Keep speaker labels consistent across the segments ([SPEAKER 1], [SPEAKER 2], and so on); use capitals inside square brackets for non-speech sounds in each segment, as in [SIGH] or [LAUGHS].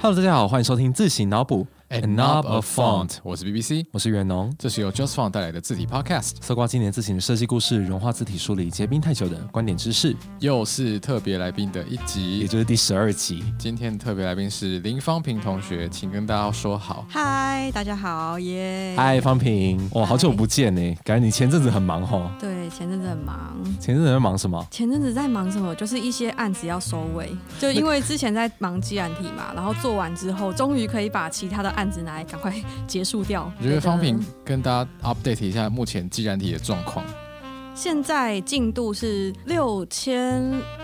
[SPEAKER 1] Hello，大家好，欢迎收听自行脑补
[SPEAKER 2] Knob of Font，我是 BBC，
[SPEAKER 1] 我是袁农。
[SPEAKER 2] 这是由 Just Font 带来的字体 Podcast，
[SPEAKER 1] 搜刮今年自行的设计故事，融化字体梳理结冰太久的观点知识，
[SPEAKER 2] 又是特别来宾的一
[SPEAKER 1] 也
[SPEAKER 2] 集。
[SPEAKER 1] 就是第十二集。
[SPEAKER 2] 今天的特别来宾是林芳平同学，请跟大家说好。
[SPEAKER 3] 嗨，大家好耶！
[SPEAKER 1] 嗨，方平，哇，好久不见呢，感觉你前阵子很忙吼。
[SPEAKER 3] 对，前阵子很忙，
[SPEAKER 1] 前阵子在忙什么？
[SPEAKER 3] 前阵子在忙什么？就是一些案子要收尾，就因为之前在忙既然体嘛，然后做完之后，终于可以把其他的案子拿来赶快结束掉。
[SPEAKER 2] 我觉得芳平
[SPEAKER 3] 对的
[SPEAKER 2] 跟大家 update 一下目前既然体的状况，
[SPEAKER 3] 现在进度是六千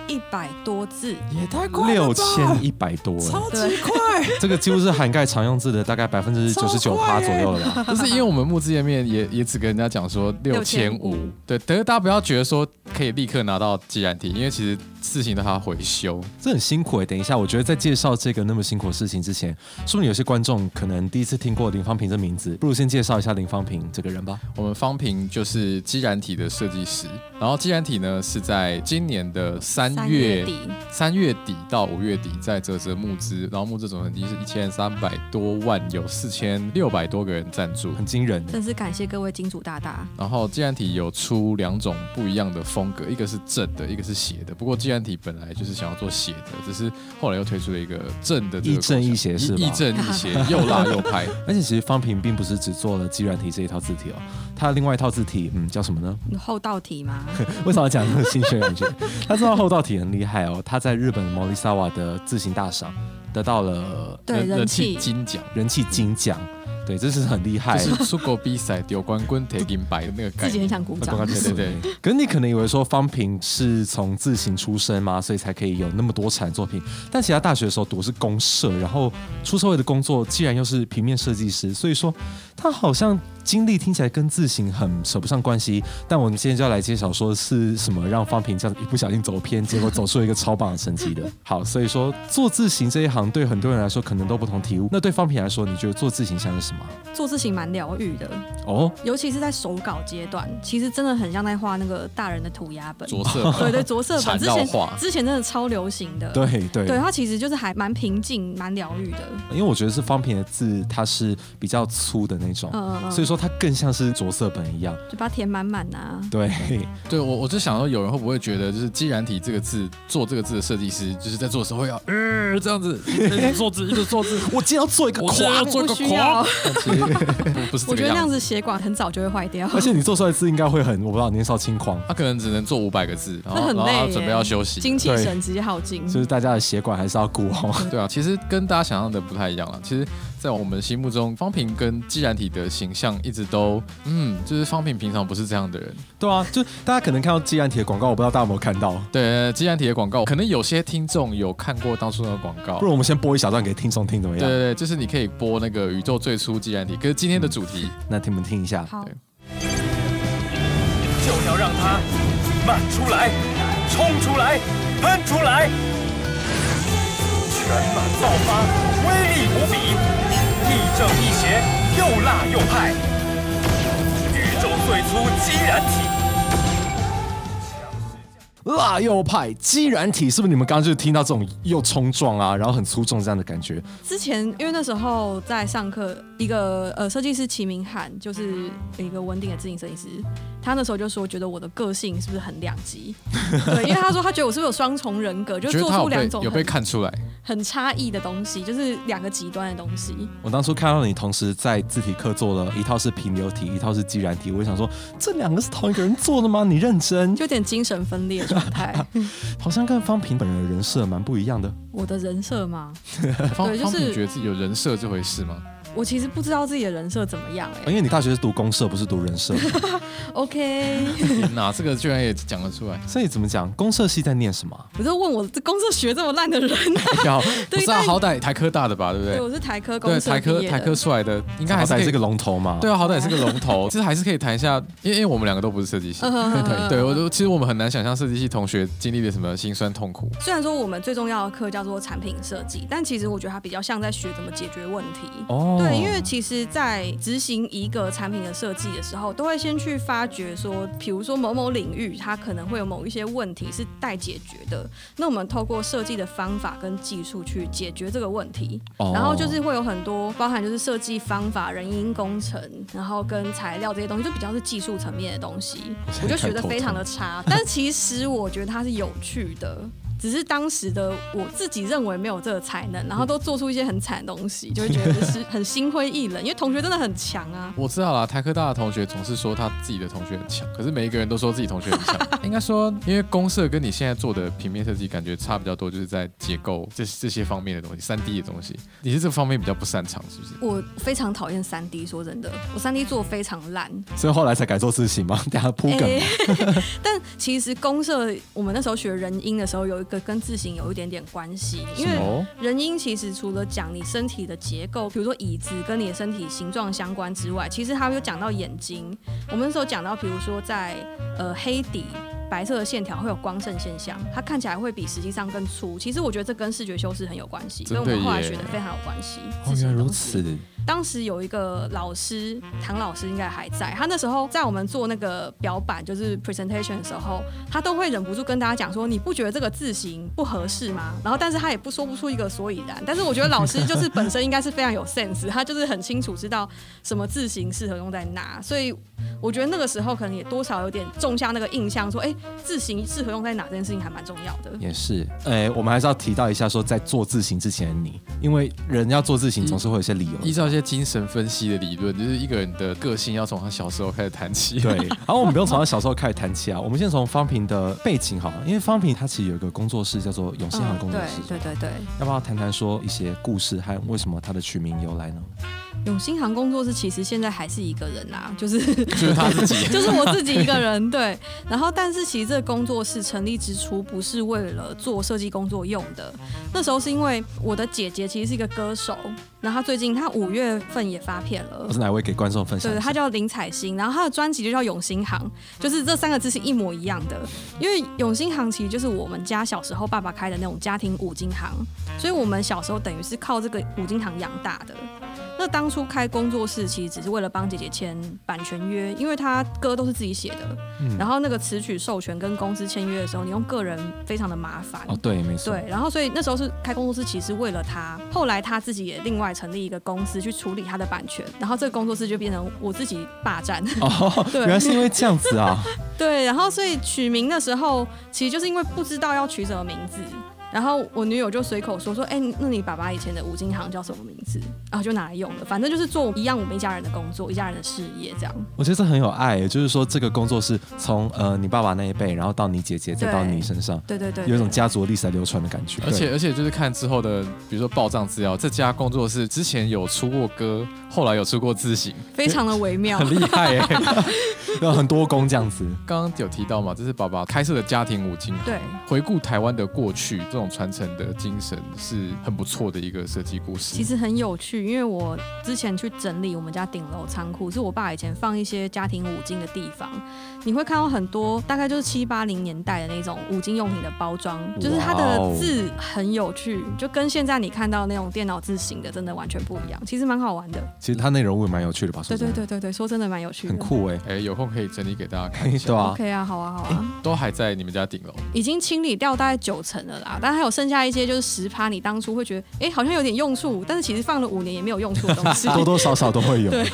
[SPEAKER 3] 一百多字，
[SPEAKER 2] 也太
[SPEAKER 1] 六千一百多，
[SPEAKER 3] 对，
[SPEAKER 2] 快！ [LAUGHS]
[SPEAKER 1] 这个几乎是涵盖常用字的大概百分之九十九
[SPEAKER 2] 欸
[SPEAKER 1] 趴左右了吧？
[SPEAKER 2] 不是因为我们募资页面也也只跟人家讲说六千五，对，但是大家不要觉得说可以立刻拿到既然体，因为其实事情都还要回修。
[SPEAKER 1] 这很辛苦哎。等一下，我觉得在介绍这个那么辛苦的事情之前，说不定有些观众可能第一次听过林方平这名字，不如先介绍一下林方平这个人吧。
[SPEAKER 2] 我们方平就是基然体的设计师，然后基然体呢是在今年的三
[SPEAKER 3] 三
[SPEAKER 2] 月
[SPEAKER 3] 底，
[SPEAKER 2] 三月底到五月底在泽泽募资，然后募资总成绩是一千三百多万，有四千六百多个人赞助。
[SPEAKER 1] 很惊人，欸
[SPEAKER 3] 真是感谢各位金主大大。
[SPEAKER 2] 然后既然体有出两种不一样的风格，一个是正的，一个是斜的。不过既然体本来就是想要做斜的，只是后来又推出了一个正的这个
[SPEAKER 1] 亦正亦
[SPEAKER 2] 构
[SPEAKER 1] 邪
[SPEAKER 2] 想
[SPEAKER 1] 是吧
[SPEAKER 2] 亦正亦
[SPEAKER 1] [LAUGHS]
[SPEAKER 2] 邪，又辣又拍。
[SPEAKER 1] 而且其实方平并不是只做了基软体这一套字体哦，他另外一套字体，嗯，叫什么呢？
[SPEAKER 3] 后道
[SPEAKER 2] [LAUGHS]
[SPEAKER 3] 题吗？
[SPEAKER 1] 为什么要讲这个心血感觉？他这套后道体很厉害哦，他在日本毛利萨瓦的字形大赏得到了
[SPEAKER 3] 对，人气
[SPEAKER 2] 金奖。
[SPEAKER 1] 人气金奖，对， [LAUGHS] 这是很厉害。
[SPEAKER 2] 就是出国比赛丢冠军铁金牌的那个概
[SPEAKER 3] 自己
[SPEAKER 2] 念
[SPEAKER 3] 很。想鼓
[SPEAKER 1] 刚
[SPEAKER 3] 掌
[SPEAKER 1] 刚。
[SPEAKER 2] 对对对，
[SPEAKER 1] 可是你可能以为说方平是从字形出身嘛，所以才可以有那么多产作品。但其他大学的时候读的是公社，然后出社会的工作既然又是平面设计师，所以说他好像经历听起来跟字形很扯不上关系。但我们今天就要来介绍说是什么让方平这样一不小心走偏，结果走出一个超棒的成
[SPEAKER 2] [LAUGHS]
[SPEAKER 1] 绩的。好，所以说做字形这一行对很多人来说可能都不同体悟。那对方平来说，你觉得做字形像是什么啊？
[SPEAKER 3] 做事情蛮疗愈的，
[SPEAKER 1] 哦，
[SPEAKER 3] 尤其是在手稿阶段，其实真的很像在画那个大人的涂鸦本。
[SPEAKER 2] 着
[SPEAKER 3] [LAUGHS]
[SPEAKER 2] 色
[SPEAKER 3] 对对，着色
[SPEAKER 2] 缠
[SPEAKER 3] 本之
[SPEAKER 2] 绕
[SPEAKER 3] 前
[SPEAKER 2] 画
[SPEAKER 3] 之前真的超流行的。
[SPEAKER 1] 对对
[SPEAKER 3] 对，它其实就是还蛮平静、蛮疗愈的。嗯
[SPEAKER 1] 因为我觉得是方平的字，它是比较粗的那种，
[SPEAKER 3] 嗯嗯嗯，
[SPEAKER 1] 所以说它更像是着色本一样。
[SPEAKER 3] 嘴巴填满满啊。
[SPEAKER 1] 对， [LAUGHS]
[SPEAKER 2] 对我我就想说，有人会不会觉得，就是“既然体”这个字，做这个字的设计师，就是在做的时候会要呃这样子一直做字，一直
[SPEAKER 3] [LAUGHS]
[SPEAKER 2] 做字。
[SPEAKER 1] 我今天要做一个
[SPEAKER 2] 我现在要
[SPEAKER 1] 狂，
[SPEAKER 2] 做一个
[SPEAKER 3] 不需要
[SPEAKER 2] 狂，但其实不不是
[SPEAKER 3] 我
[SPEAKER 2] 这个
[SPEAKER 3] 觉得那样
[SPEAKER 2] 样子。
[SPEAKER 3] 子血管很早就会坏掉。
[SPEAKER 1] 而且你做出来的字应该会很，我不知道年少轻狂，
[SPEAKER 2] 他可能只能做五百个字，然
[SPEAKER 3] 那
[SPEAKER 2] 后
[SPEAKER 3] 很
[SPEAKER 2] 然后
[SPEAKER 3] 累
[SPEAKER 2] 他
[SPEAKER 3] 耶
[SPEAKER 2] 准备要休息。
[SPEAKER 3] [LAUGHS] 精气神直接耗尽。
[SPEAKER 1] 就是大家的血管还是要哦顾好。
[SPEAKER 2] 对啊，其实跟大家想象的不太一样了。其实，在我们心目中，方平跟既然体的形象一直都，嗯，就是方平平常不是这样的人。
[SPEAKER 1] [LAUGHS] 对啊，就大家可能看到既然体的广告，我不知道大家有没有看到。
[SPEAKER 2] 对，既然体的广告，可能有些听众有看过当初那个广告
[SPEAKER 1] 不。如我们先播一小段给听众听怎么
[SPEAKER 2] 对
[SPEAKER 1] 样？
[SPEAKER 2] 对对，就是你可以播那个宇宙最初既然体，可是今天的主题，
[SPEAKER 1] 那你们听一下。
[SPEAKER 3] 好
[SPEAKER 2] 对，
[SPEAKER 4] 就要让它漫出来、冲出来、喷出来，全满爆发，威力无比，亦正亦邪，又辣又派，宇宙最粗基然体。
[SPEAKER 1] 辣右派基然体是不是你们刚刚就听到这种又冲撞啊，然后很粗重这样的感觉？
[SPEAKER 3] 之前因为那时候在上课，一个呃设计师齐明翰，就是一个文鼎的自行设计师，他那时候就说，觉得我的个性是不是很两
[SPEAKER 2] [LAUGHS]
[SPEAKER 3] 极？对，因为他说他觉得我是不是有双重人格，就
[SPEAKER 2] 觉
[SPEAKER 3] 是
[SPEAKER 2] 得
[SPEAKER 3] 做
[SPEAKER 2] 他有
[SPEAKER 3] 出
[SPEAKER 2] 被
[SPEAKER 3] 两种
[SPEAKER 2] 有被
[SPEAKER 3] 很
[SPEAKER 2] 看出来，
[SPEAKER 3] 很差异的东西，就是两个极端的东西。
[SPEAKER 1] 我当初看到你同时在字体课做了一套是平流体，一套是基然体，我就想说这两个是同一个人做的吗？你认真，
[SPEAKER 3] 就有点精神分裂的状态。 [LAUGHS]
[SPEAKER 1] 好像跟方平本人的人设蛮不一样的。
[SPEAKER 3] 我的人设吗？
[SPEAKER 2] 方
[SPEAKER 3] 对就
[SPEAKER 2] 方平
[SPEAKER 3] 是
[SPEAKER 2] 觉得自己有人设这回事
[SPEAKER 3] [LAUGHS]
[SPEAKER 2] 吗？
[SPEAKER 3] 我其实不知道自己的人设怎么样哎、
[SPEAKER 1] 因为你大学是读公社，不是读人社， [LAUGHS]
[SPEAKER 3] OK，
[SPEAKER 2] 哪哎这个居然也讲得出
[SPEAKER 3] [LAUGHS]
[SPEAKER 2] 来？
[SPEAKER 1] 所以怎么讲？公社系在念什么啊？
[SPEAKER 3] 我就问我这公社学这么烂的人，
[SPEAKER 2] 要不
[SPEAKER 3] 对
[SPEAKER 2] 是啊，
[SPEAKER 3] 但
[SPEAKER 2] 好歹台科大的吧，对不
[SPEAKER 3] 对，
[SPEAKER 2] 对？
[SPEAKER 3] 我是台科公
[SPEAKER 2] 对，
[SPEAKER 3] 社
[SPEAKER 2] 台
[SPEAKER 3] 毕业
[SPEAKER 2] 科
[SPEAKER 3] 的
[SPEAKER 2] 台科出来的，应该还
[SPEAKER 1] 好
[SPEAKER 2] 是可
[SPEAKER 1] 歹
[SPEAKER 2] 以
[SPEAKER 1] 是个龙头嘛。
[SPEAKER 2] 对啊，好歹是个龙头， [LAUGHS] 其实还是可以谈一下，因为因为我们两个都不是设计系，
[SPEAKER 3] 嗯嗯嗯嗯嗯
[SPEAKER 2] 对我都其实我们很难想象设计系同学经历了什么辛酸痛苦。
[SPEAKER 3] 虽然说我们最重要的课叫做产品设计，但其实我觉得它比较像在学怎么解决问题。
[SPEAKER 1] 哦
[SPEAKER 3] 对，因为其实，在执行一个产品的设计的时候，都会先去发掘说，比如说某某领域，它可能会有某一些问题是待解决的。那我们透过设计的方法跟技术去解决这个问题，
[SPEAKER 1] 哦
[SPEAKER 3] 然后就是会有很多包含就是设计方法、人因工程，然后跟材料这些东西，就比较是技术层面的东西。我就学的非
[SPEAKER 1] 哦
[SPEAKER 3] 常的差，但其实我觉得它是有趣的。只是当时的我自己认为没有这个才能，然后都做出一些很惨的东西，就会觉得
[SPEAKER 1] [LAUGHS]
[SPEAKER 3] 是很心灰意冷。因为同学真的很强啊，
[SPEAKER 2] 我知道啦，台科大的同学总是说他自己的同学很强，可是每一个人都说自己同学很强。应该说，因为公社跟你现在做的平面设计感觉差比较多，就是在结构这这些方面的东西，三 D 的东西，你是这方面比较不擅长，是不是？
[SPEAKER 3] 我非常讨厌三 D。说真的，我三 D 做得非常烂。
[SPEAKER 1] 所以后来才改做自行嘛， [LAUGHS] 等下铺梗。
[SPEAKER 3] 欸 [LAUGHS] 但其实公社我们那时候学人音的时候，有一个跟字形有一点点关系，因为
[SPEAKER 2] 哦，
[SPEAKER 3] 人因其实除了讲你身体的结构，比如说椅子跟你的身体形状相关之外，其实还有讲到眼睛。我们那时候讲到，比如说在呃黑底白色的线条会有光线现象，它看起来会比实际上更粗。其实我觉得这跟视觉修饰很有关系，
[SPEAKER 2] 真
[SPEAKER 3] 跟
[SPEAKER 2] 的
[SPEAKER 3] 我们后来
[SPEAKER 2] 耶
[SPEAKER 3] 学的非常有关系。
[SPEAKER 1] 哦，
[SPEAKER 3] 这些
[SPEAKER 1] 原来如
[SPEAKER 3] 东西
[SPEAKER 1] 此。
[SPEAKER 3] 当时有一个老师，唐老师应该还在。他那时候在我们做那个表板，就是 presentation 的时候，他都会忍不住跟大家讲说：“你不觉得这个字形不合适吗？”然后，但是他也不说不出一个所以然。但是我觉得老师就是本身应该是非常有 sense，他就是很清楚知道什么字形适合用在哪。所以我觉得那个时候可能也多少有点种下那个印象，说：“哎，字形适合用在哪？”这件事情还蛮重要的。
[SPEAKER 1] 也是，哎、我们还是要提到一下，说在做字形之前的你，因为人要做字形总是会有一些理由的。
[SPEAKER 2] 依照一些精神分析的理论，就是一个人的个性要从他小时候开始谈起。 [LAUGHS]
[SPEAKER 1] 对，然后我们不用从他小时候开始谈起啊，我们先从方平的背景好了，因为方平他其实有一个工作室叫做永兴行工作室，
[SPEAKER 3] 对对对。
[SPEAKER 1] 要不要谈谈说一些故事和为什么他的取名由来呢？
[SPEAKER 3] 永兴行工作室其实现在还是一个人啦，就是。
[SPEAKER 2] 就是他自己
[SPEAKER 3] 就是我自己一个人对。然后，但是其实这个工作室成立之初不是为了做设计工作用的，那时候是因为我的姐姐其实是一个歌手，然后她最近她五月份也发片了
[SPEAKER 1] 我。是哪位给观众分享一
[SPEAKER 3] 对，
[SPEAKER 1] 下？
[SPEAKER 3] 她叫林采欣，然后她的专辑就叫《永兴行》，就是这三个字是一模一样的。因为永兴行其实就是我们家小时候爸爸开的那种家庭五金行，所以我们小时候等于是靠这个五金行养大的。那当初开工作室其实只是为了帮姐姐签版权约，因为她歌都是自己写的，
[SPEAKER 1] 嗯
[SPEAKER 3] 然后那个词曲授权跟公司签约的时候，你用个人非常的麻烦。
[SPEAKER 1] 哦，对，没错，
[SPEAKER 3] 对，然后所以那时候是开工作室，其实为了他，后来他自己也另外成立一个公司去处理他的版权，然后这个工作室就变成我自己霸占。
[SPEAKER 1] [LAUGHS]
[SPEAKER 3] [LAUGHS]
[SPEAKER 1] 哦，
[SPEAKER 3] 对
[SPEAKER 1] 原来是因为这样子啊， [LAUGHS]
[SPEAKER 3] 对，然后所以取名的时候，其实就是因为不知道要取什么名字。然后我女友就随口说说，哎、那你爸爸以前的五金行叫什么名字？然后就拿来用了，反正就是做一样我们一家人的工作，一家人的事业这样。
[SPEAKER 1] 我觉得这很有爱，也就是说这个工作是从呃你爸爸那一辈，然后到你姐姐，再到
[SPEAKER 3] 对
[SPEAKER 1] 你身上，
[SPEAKER 3] 对对对
[SPEAKER 1] 有一种家族的历史在流传的感觉，
[SPEAKER 2] 而且而且就是看之后的，比如说报账资料，这家工作室之前有出过歌，后来有出过字型，
[SPEAKER 3] 非常的微妙
[SPEAKER 2] 很。厉害耶、
[SPEAKER 1] 对 [LAUGHS] 有很多工这样子。
[SPEAKER 2] 刚刚有提到嘛，这是爸爸开设的家庭五金行。
[SPEAKER 3] [LAUGHS] 对，
[SPEAKER 2] 回顾台湾的过去，这种传承的精神是很不错的一个设计故事。
[SPEAKER 3] 其实很有趣，因为我之前去整理我们家顶楼仓库，是我爸以前放一些家庭五金的地方，你会看到很多大概就是七八零年代的那种五金用品的包装，就是它
[SPEAKER 1] 哇
[SPEAKER 3] 的
[SPEAKER 1] 哦
[SPEAKER 3] 字很有趣，就跟现在你看到那种电脑字型的真的完全不一样，其实蛮好玩的。
[SPEAKER 1] 其实它内容物也蛮有趣的吧？说
[SPEAKER 3] 对
[SPEAKER 1] 真
[SPEAKER 3] 对
[SPEAKER 1] 的
[SPEAKER 3] 对对对，说真的蛮有趣的，
[SPEAKER 1] 很。酷哎、 [LAUGHS]
[SPEAKER 2] 哎，有空可以整理给大家看一
[SPEAKER 3] [LAUGHS]
[SPEAKER 2] 下。
[SPEAKER 1] 对啊
[SPEAKER 3] OK 啊，好啊，好啊，
[SPEAKER 2] 都还在你们家顶楼，
[SPEAKER 3] 已经清理掉大概九成了啦，但还有剩下一些就是十趴，你当初会觉得哎、诶好像有点用处，但是其实放了五年也没有用处的东西。 [LAUGHS]
[SPEAKER 1] 多多少少 [LAUGHS] 都会有。
[SPEAKER 3] 对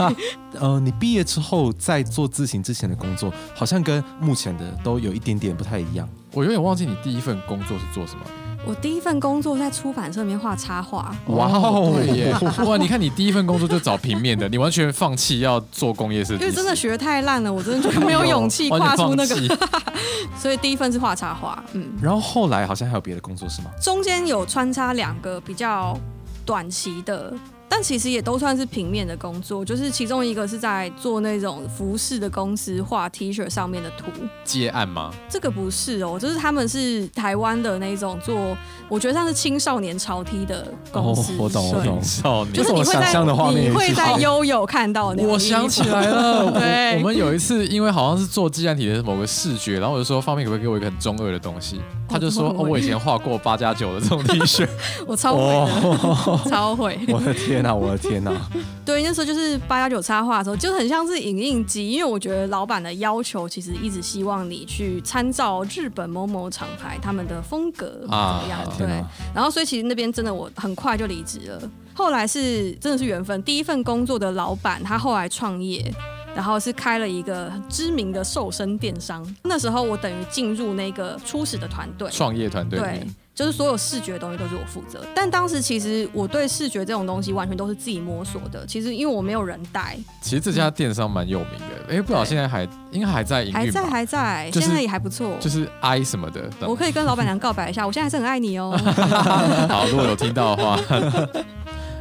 [SPEAKER 1] 呃，你毕业之后在做自行之前的工作，好像跟目前的都有一点点不太一样。
[SPEAKER 2] 我有点忘记你第一份工作是做什么。
[SPEAKER 3] 我第一份工作在出版社里面画插画，
[SPEAKER 1] 哇哦
[SPEAKER 2] 对
[SPEAKER 3] [LAUGHS]
[SPEAKER 2] 耶！哇，你看你第一份工作就找平面的，你完全放弃要做工业设计师，
[SPEAKER 3] 因为真的学太烂了，我真的觉得没有
[SPEAKER 1] [LAUGHS]
[SPEAKER 3] 勇气跨出那个
[SPEAKER 2] 完，全放弃
[SPEAKER 3] [LAUGHS] 所以第一份是画插画，嗯，
[SPEAKER 1] 然后后来好像还有别的工作是吗？
[SPEAKER 3] 中间有穿插两个比较短期的。但其实也都算是平面的工作，就是其中一个是在做那种服饰的公司画 T 恤上面的图，
[SPEAKER 2] 接案吗？
[SPEAKER 3] 这个不是哦，就是他们是台湾的那种做，我觉得像是青少年潮 T 的公司，
[SPEAKER 1] 哦我懂我
[SPEAKER 3] 对
[SPEAKER 1] 懂
[SPEAKER 2] 少年，
[SPEAKER 3] 就是你
[SPEAKER 1] 我
[SPEAKER 3] 会
[SPEAKER 1] 想
[SPEAKER 3] 在
[SPEAKER 1] 象的画面
[SPEAKER 3] 你
[SPEAKER 1] 也
[SPEAKER 3] 会
[SPEAKER 1] 是
[SPEAKER 3] 在悠悠看到那种衣服，
[SPEAKER 2] 我想起来
[SPEAKER 3] [LAUGHS]
[SPEAKER 2] 了，我
[SPEAKER 3] 对
[SPEAKER 2] 我们有一次，因为好像是做计算体的某个视觉，然后我就说方便可不可以给我一个很中二的东西？他就说
[SPEAKER 3] 哦 [LAUGHS]
[SPEAKER 2] 哦，我以前画过八加九的这种 T 恤，
[SPEAKER 3] 我超会的，超会。
[SPEAKER 1] 我的天天哪、我的天啊哪、
[SPEAKER 3] [LAUGHS] 对，那时候就是八幺九插画的时候，就很像是影印机，因为我觉得老板的要求其实一直希望你去参照日本某某厂牌他们的风格怎
[SPEAKER 2] 啊
[SPEAKER 3] 么样，对
[SPEAKER 1] 天。哪！
[SPEAKER 3] 然后所以其实那边真的我很快就离职了。后来是真的是缘分，第一份工作的老板他后来创业。然后是开了一个知名的瘦身电商，那时候我等于进入那个初始的团队，
[SPEAKER 2] 创业团队里
[SPEAKER 3] 对
[SPEAKER 2] 面，
[SPEAKER 3] 就是所有视觉的东西都是我负责。但当时其实我对视觉这种东西完全都是自己摸索的，其实因为我没有人带，
[SPEAKER 2] 其实这家电商蛮有名的，哎，不知道
[SPEAKER 3] 对
[SPEAKER 2] 现在还应该还在营
[SPEAKER 3] 还
[SPEAKER 2] 运
[SPEAKER 3] 在
[SPEAKER 2] 吧？
[SPEAKER 3] 还在，
[SPEAKER 2] 嗯就是
[SPEAKER 3] 现在也还不错。
[SPEAKER 2] 就是 I 什么的，
[SPEAKER 3] 我可以跟老板娘告白一下，我现在还是很爱你
[SPEAKER 2] [LAUGHS]
[SPEAKER 3] 哦。
[SPEAKER 2] 好，如果有听到的话。 [LAUGHS]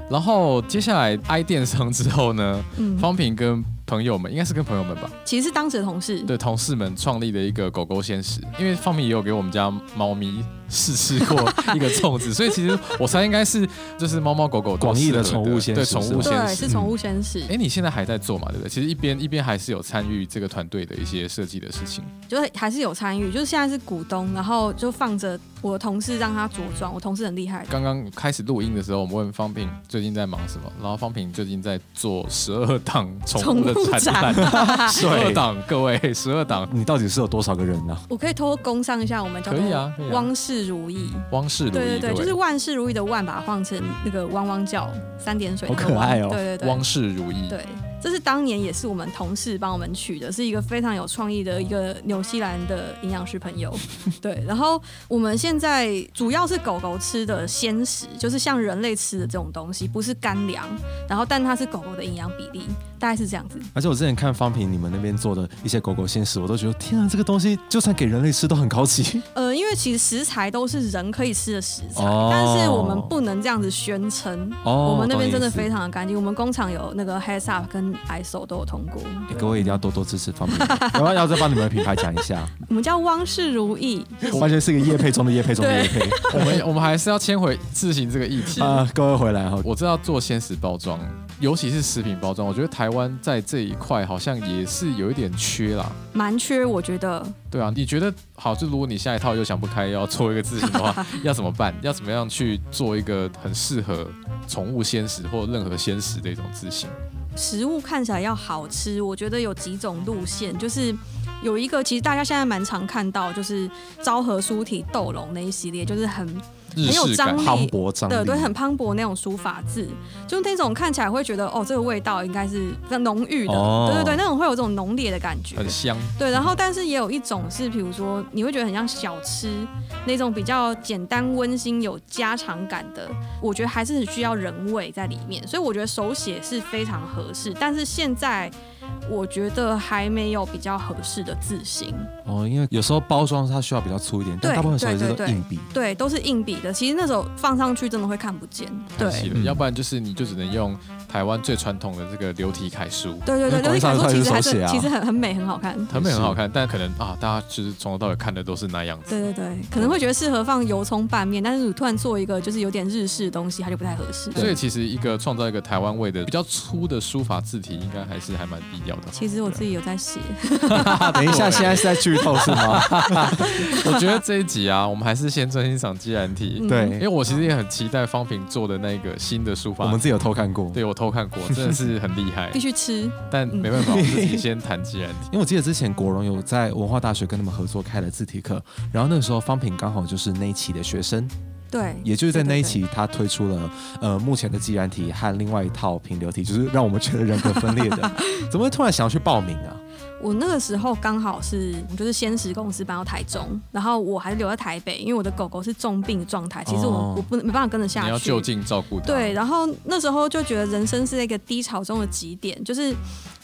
[SPEAKER 2] 然后接下来 I 电商之后呢，
[SPEAKER 3] 嗯，
[SPEAKER 2] 方平跟朋友们，应该是跟朋友们吧，
[SPEAKER 3] 其实是当时的同事，
[SPEAKER 2] 对同事们创立的一个狗狗鲜食，因为方平也有给我们家猫咪试吃过一个粽子，所以其实我猜应该是就是猫猫狗狗都
[SPEAKER 1] 广义的
[SPEAKER 2] 适合
[SPEAKER 1] 宠物鲜食
[SPEAKER 2] 对
[SPEAKER 1] 是吧
[SPEAKER 2] 宠物鲜
[SPEAKER 3] 对，
[SPEAKER 2] 食
[SPEAKER 3] 是。宠物先使，
[SPEAKER 2] 哎，你现在还在做嘛？对不对？其实一边一边还是有参与这个团队的一些设计的事情。
[SPEAKER 3] 就是还是有参与，就是现在是股东，然后就放着我的同事让他着装，我同事很厉害，
[SPEAKER 2] 刚刚开始录音的时候，我们问方平最近在忙什么，然后方平最近在做十二档宠物的展览，十二档，各位十二档，
[SPEAKER 1] 你到底是有多少个人呢、
[SPEAKER 3] [LAUGHS]
[SPEAKER 1] 啊
[SPEAKER 3] 我可以偷偷工上一下，我们叫
[SPEAKER 2] 可以啊可以
[SPEAKER 3] 做
[SPEAKER 2] 啊
[SPEAKER 3] 汪氏如意。
[SPEAKER 2] 汪氏如意，
[SPEAKER 3] 对对对，
[SPEAKER 2] 各
[SPEAKER 3] 就
[SPEAKER 2] 位
[SPEAKER 3] 是万事如意的万，把它换成那个汪汪叫三点水，
[SPEAKER 1] 好可爱哦
[SPEAKER 3] 对对对，
[SPEAKER 2] 汪氏如意，
[SPEAKER 3] 对，这是当年也是我们同事帮我们取的，是一个非常有创意的一个纽西兰的营养师
[SPEAKER 1] [LAUGHS]
[SPEAKER 3] 朋友。对，然后我们现在主要是狗狗吃的鲜食，就是像人类吃的这种东西，不是干粮，然后但它是狗狗的营养比例，大概是这样子。
[SPEAKER 1] 而且我之前看方平你们那边做的一些狗狗鲜食，我都觉得天啊，这个东西就算给人类吃都很高
[SPEAKER 3] [LAUGHS]
[SPEAKER 1] 级。
[SPEAKER 3] 呃，因为其实食材都是人可以吃的食材，
[SPEAKER 1] 哦
[SPEAKER 3] 但是我们不能这样子宣称。
[SPEAKER 1] 哦
[SPEAKER 3] 我们那边真
[SPEAKER 1] 懂
[SPEAKER 3] 的
[SPEAKER 1] 你意
[SPEAKER 3] 非
[SPEAKER 1] 思
[SPEAKER 3] 常的干净，我们工厂有那个 Heads Up 跟 ISO 都有通过。
[SPEAKER 1] 欸各位一定要多多支持方
[SPEAKER 3] [LAUGHS]
[SPEAKER 1] 平，然后要再帮你们的品牌讲一下，
[SPEAKER 3] 我们叫汪氏如意，
[SPEAKER 1] 完全是一个业配中的业配中的业配。
[SPEAKER 2] 我们 [LAUGHS] 我们还是要牵回自行这个议题。
[SPEAKER 1] 啊、各位回来哈，
[SPEAKER 2] 我知道做鲜食包装，尤其是食品包装，我觉得台湾在这一块好像也是有一点缺啦。
[SPEAKER 3] 蛮缺，我觉得
[SPEAKER 2] 对啊，你觉得好？就如果你下一套又想不开，要做一个自行
[SPEAKER 1] [LAUGHS]
[SPEAKER 2] 的话，要怎么办？要怎么样去做一个很适合宠物鲜食或任何鲜食的一种自行？
[SPEAKER 3] 食物看起来要好吃，我觉得有几种路线，就是有一个其实大家现在蛮常看到，就是昭和书体斗龙那一系列，就是很
[SPEAKER 2] 日
[SPEAKER 3] 有
[SPEAKER 2] 式感
[SPEAKER 3] 张力
[SPEAKER 1] 磅礴张力，
[SPEAKER 3] 对对，很磅礴那种书法字，就是那种看起来会觉得哦，这个味道应该是比较浓郁的，
[SPEAKER 1] 哦
[SPEAKER 3] 对对对，那种会有这种浓烈的感觉，
[SPEAKER 2] 很香，
[SPEAKER 3] 对，然后但是也有一种是，比如说你会觉得很像小吃那种比较简单、温馨、有家常感的，我觉得还是很需要人味在里面。所以我觉得手写是非常合适，但是现在我觉得还没有比较合适的字型。
[SPEAKER 1] 哦，因为有时候包装它需要比较粗一点，但
[SPEAKER 3] 对
[SPEAKER 1] 大部分小孩子都
[SPEAKER 3] 对对对
[SPEAKER 1] 硬笔。
[SPEAKER 3] 对，都是硬笔的，其实那种放上去真的会看不见。对
[SPEAKER 2] 可，惜了。
[SPEAKER 1] 嗯
[SPEAKER 2] 要不然就是你就只能用台湾最传统的这个流体楷书，
[SPEAKER 3] 对对对，
[SPEAKER 1] 那
[SPEAKER 3] 刘亦
[SPEAKER 1] 广
[SPEAKER 3] 凯
[SPEAKER 1] 义上算是
[SPEAKER 3] 说其实还
[SPEAKER 1] 手写
[SPEAKER 3] 是、
[SPEAKER 1] 啊
[SPEAKER 3] 其实很很美，很好看。
[SPEAKER 2] 很美很好看，但可能啊，大家就是从头到尾看的都是那样子。
[SPEAKER 3] 对对对，可能会觉得适合放油葱拌面，但是你突然做一个就是有点日式的东西，它就不太合适。
[SPEAKER 2] 所以其实一个创造一个台湾味的比较粗的书法字体，应该还是还蛮必要的。
[SPEAKER 3] 其实我自己有在写。
[SPEAKER 1] 啊，等一下，现在是在剧透是
[SPEAKER 3] [LAUGHS]
[SPEAKER 1] 吗？
[SPEAKER 2] 我觉得这一集啊，我们还是先真心赏既然体，
[SPEAKER 3] 嗯
[SPEAKER 2] 因
[SPEAKER 1] 对
[SPEAKER 2] 为，我其实也很期待方平做的那个新的书法。
[SPEAKER 1] 我们自己有偷看过。
[SPEAKER 2] 对我偷看
[SPEAKER 1] [LAUGHS]
[SPEAKER 2] 过，真的是很厉害
[SPEAKER 3] 必，须嗯吃。
[SPEAKER 2] 但没办法，我自
[SPEAKER 3] [LAUGHS]
[SPEAKER 2] 己先谈既然体。
[SPEAKER 1] 因为我记得之前国荣有在文化大学跟他们合作开了字体课，然后那个时候方平刚好就是那一期的学生，
[SPEAKER 3] 对，
[SPEAKER 1] 也就是在
[SPEAKER 3] 对对
[SPEAKER 1] 那一期他推出了呃目前的既然体和另外一套平流体，就是让我们觉得人格分裂的。 [LAUGHS] 怎么会突然想要去报名啊？
[SPEAKER 3] 我那个时候刚好是，就是鲜食公司搬到台中，然后我还留在台北，因为我的狗狗是重病的状态，其实我、
[SPEAKER 1] 哦
[SPEAKER 3] 我不没办法跟得下去。
[SPEAKER 2] 你要就近照顾它。
[SPEAKER 3] 对，，然后那时候就觉得人生是一个低潮中的极点，就是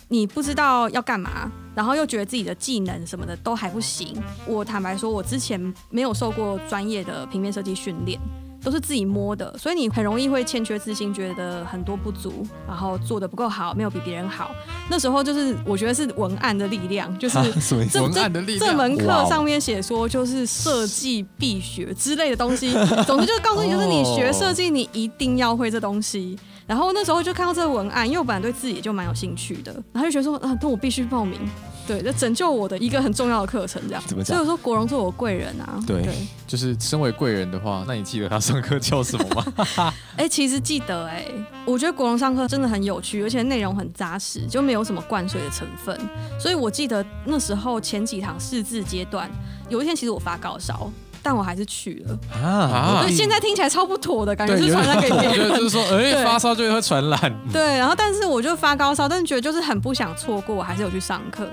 [SPEAKER 3] 你不知道要干嘛，然后又觉得自己的技能什么的都还不行。我坦白说，我之前没有受过专业的平面设计训练。都是自己摸的，所以你很容易会欠缺自信，觉得很多不足，然后做的不够好，没有比别人好。那时候就是我觉得是文案的力量，就是
[SPEAKER 1] [LAUGHS] 什么意思？
[SPEAKER 3] 这
[SPEAKER 2] 文案的力量
[SPEAKER 3] 这门
[SPEAKER 1] 哇
[SPEAKER 3] 课
[SPEAKER 1] 哦
[SPEAKER 3] 上面写说就是设计必学之类的
[SPEAKER 1] [LAUGHS]
[SPEAKER 3] 东西，总之就是告诉你，就是你学设计你一定要会这东西。然后那时候就看到这个文案，因为我本来对自己就蛮有兴趣的，然后就觉得说啊，那我必须报名。对，这拯救我的一个很重要的课程，这样。
[SPEAKER 1] 怎么讲
[SPEAKER 3] 所以我说国荣是我贵人啊。
[SPEAKER 1] 对
[SPEAKER 2] 就是身为贵人的话，那你记得他上课教什么
[SPEAKER 3] [LAUGHS]
[SPEAKER 2] 吗？
[SPEAKER 3] 哎、其实记得哎、我觉得国荣上课真的很有趣，而且内容很扎实，就没有什么灌水的成分。所以我记得那时候前几堂试字阶段，有一天其实我发高烧，但我还是去了。
[SPEAKER 1] 啊
[SPEAKER 3] 所
[SPEAKER 2] 啊
[SPEAKER 3] 以现在听起来超不妥的感觉，
[SPEAKER 2] 对
[SPEAKER 3] 是传染给别
[SPEAKER 2] 我
[SPEAKER 3] 人
[SPEAKER 2] 觉。得就是说，哎，
[SPEAKER 3] 对
[SPEAKER 2] 发烧就会传染。
[SPEAKER 3] 对，然后但是我就发高烧，但是觉得就是很不想错过，我还是有去上课。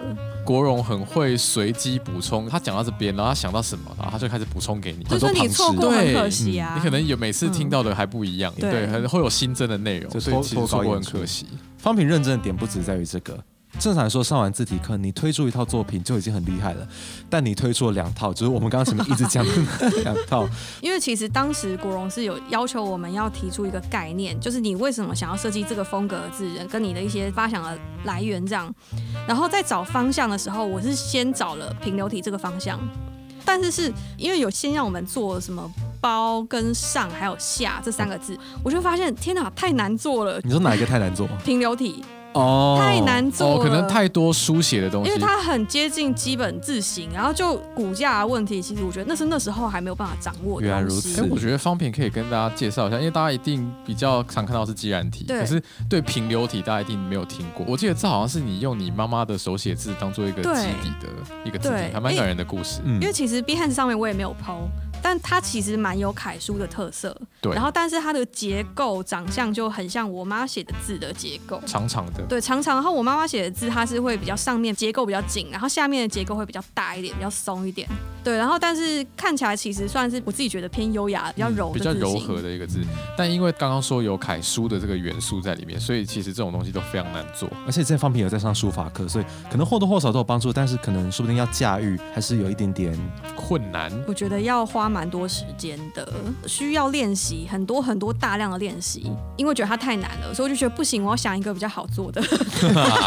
[SPEAKER 2] 国荣很会随机补充，他讲到这边，然后他想到什么，然后他就开始补充给你。
[SPEAKER 3] 就是说你错过很可惜啊，嗯
[SPEAKER 2] 你可能有每次听到的还不一样，
[SPEAKER 3] 对
[SPEAKER 2] 对，很会有新增的内容，
[SPEAKER 1] 就
[SPEAKER 2] 所以
[SPEAKER 1] 偷
[SPEAKER 2] 其实
[SPEAKER 1] 偷
[SPEAKER 2] 错
[SPEAKER 1] 搞演
[SPEAKER 2] 过很
[SPEAKER 1] 出
[SPEAKER 2] 可惜。
[SPEAKER 1] 方平认真的点不止在于这个。正常来说，上完字体课，你推出一套作品就已经很厉害了，但你推出了两套，就是我们刚刚前面一直讲的那两 [LAUGHS] 套。
[SPEAKER 3] 因为其实当时国荣是有要求我们要提出一个概念，就是你为什么想要设计这个风格的字人，跟你的一些发想的来源这样。然后在找方向的时候，我是先找了平流体这个方向，但是是因为有先让我们做什么包跟上还有下这三个字，我就发现天哪，太难做了。
[SPEAKER 1] 你说哪一个太难做？
[SPEAKER 3] 平流体
[SPEAKER 1] 哦，
[SPEAKER 3] 太。难做了，
[SPEAKER 2] 哦，可能太多书写的东西
[SPEAKER 3] 因为，它很接近基本字形，然后就骨架的问题，其实我觉得那是那时候还没有办法掌握的
[SPEAKER 1] 原来
[SPEAKER 3] 东
[SPEAKER 1] 如
[SPEAKER 3] 西
[SPEAKER 1] 此
[SPEAKER 2] 哎，我觉得方平可以跟大家介绍一下，因为大家一定比较常看到是既然体，
[SPEAKER 3] 对
[SPEAKER 2] 可是对平流体大家一定没有听过。我记得这好像是你用你妈妈的手写字当做一个
[SPEAKER 3] 对
[SPEAKER 2] 基底的一个字体，
[SPEAKER 3] 对
[SPEAKER 2] 还蛮感人的故事。
[SPEAKER 1] 嗯
[SPEAKER 3] 因为其实 B 汉上面我也没有剖，但它其实蛮有楷书的特色。
[SPEAKER 2] 对
[SPEAKER 3] 然后但是它的结构长相就很像我妈写的字的结构。
[SPEAKER 2] 长长的，
[SPEAKER 3] 对，常常然后我妈妈写的字，它是会比较上面结构比较紧，然后下面的结构会比较大一点，比较松一点。对，然后但是看起来其实算是我自己觉得偏优雅、比较柔的、
[SPEAKER 2] 嗯比较柔和。的一个字，但因为刚刚说有楷书的这个元素在里面，所以其实这种东西都非常难做。
[SPEAKER 1] 而且这方平有在上书法课，所以可能或多或少都有帮助，但是可能说不定要驾驭还是有一点点。
[SPEAKER 2] 困难。
[SPEAKER 3] 我觉得要花蛮多时间的，需要练习很多很多大量的练习，
[SPEAKER 2] 嗯
[SPEAKER 3] 因为觉得它太难了，所以我就觉得不行，我要想一个比较好做的。
[SPEAKER 2] 哦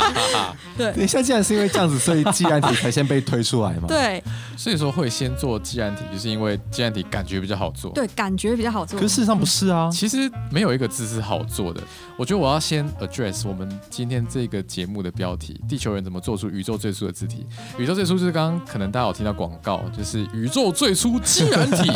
[SPEAKER 3] 对
[SPEAKER 1] 等一下，既然是因为这样子，所以既然体才先被推出来嘛。，
[SPEAKER 3] [LAUGHS] 对
[SPEAKER 2] 所以说会先做既然体，就是因为既然体感觉比较好做。，
[SPEAKER 3] 对，感觉比较好做。
[SPEAKER 1] 可是事实上不是啊。
[SPEAKER 2] 其实没有一个字是好做的。我觉得我要先 address 我们今天这个节目的标题：地球人怎么做出宇宙最初的字体？宇宙最初就是刚刚可能大家有听到广告，就是宇宙最初既然体。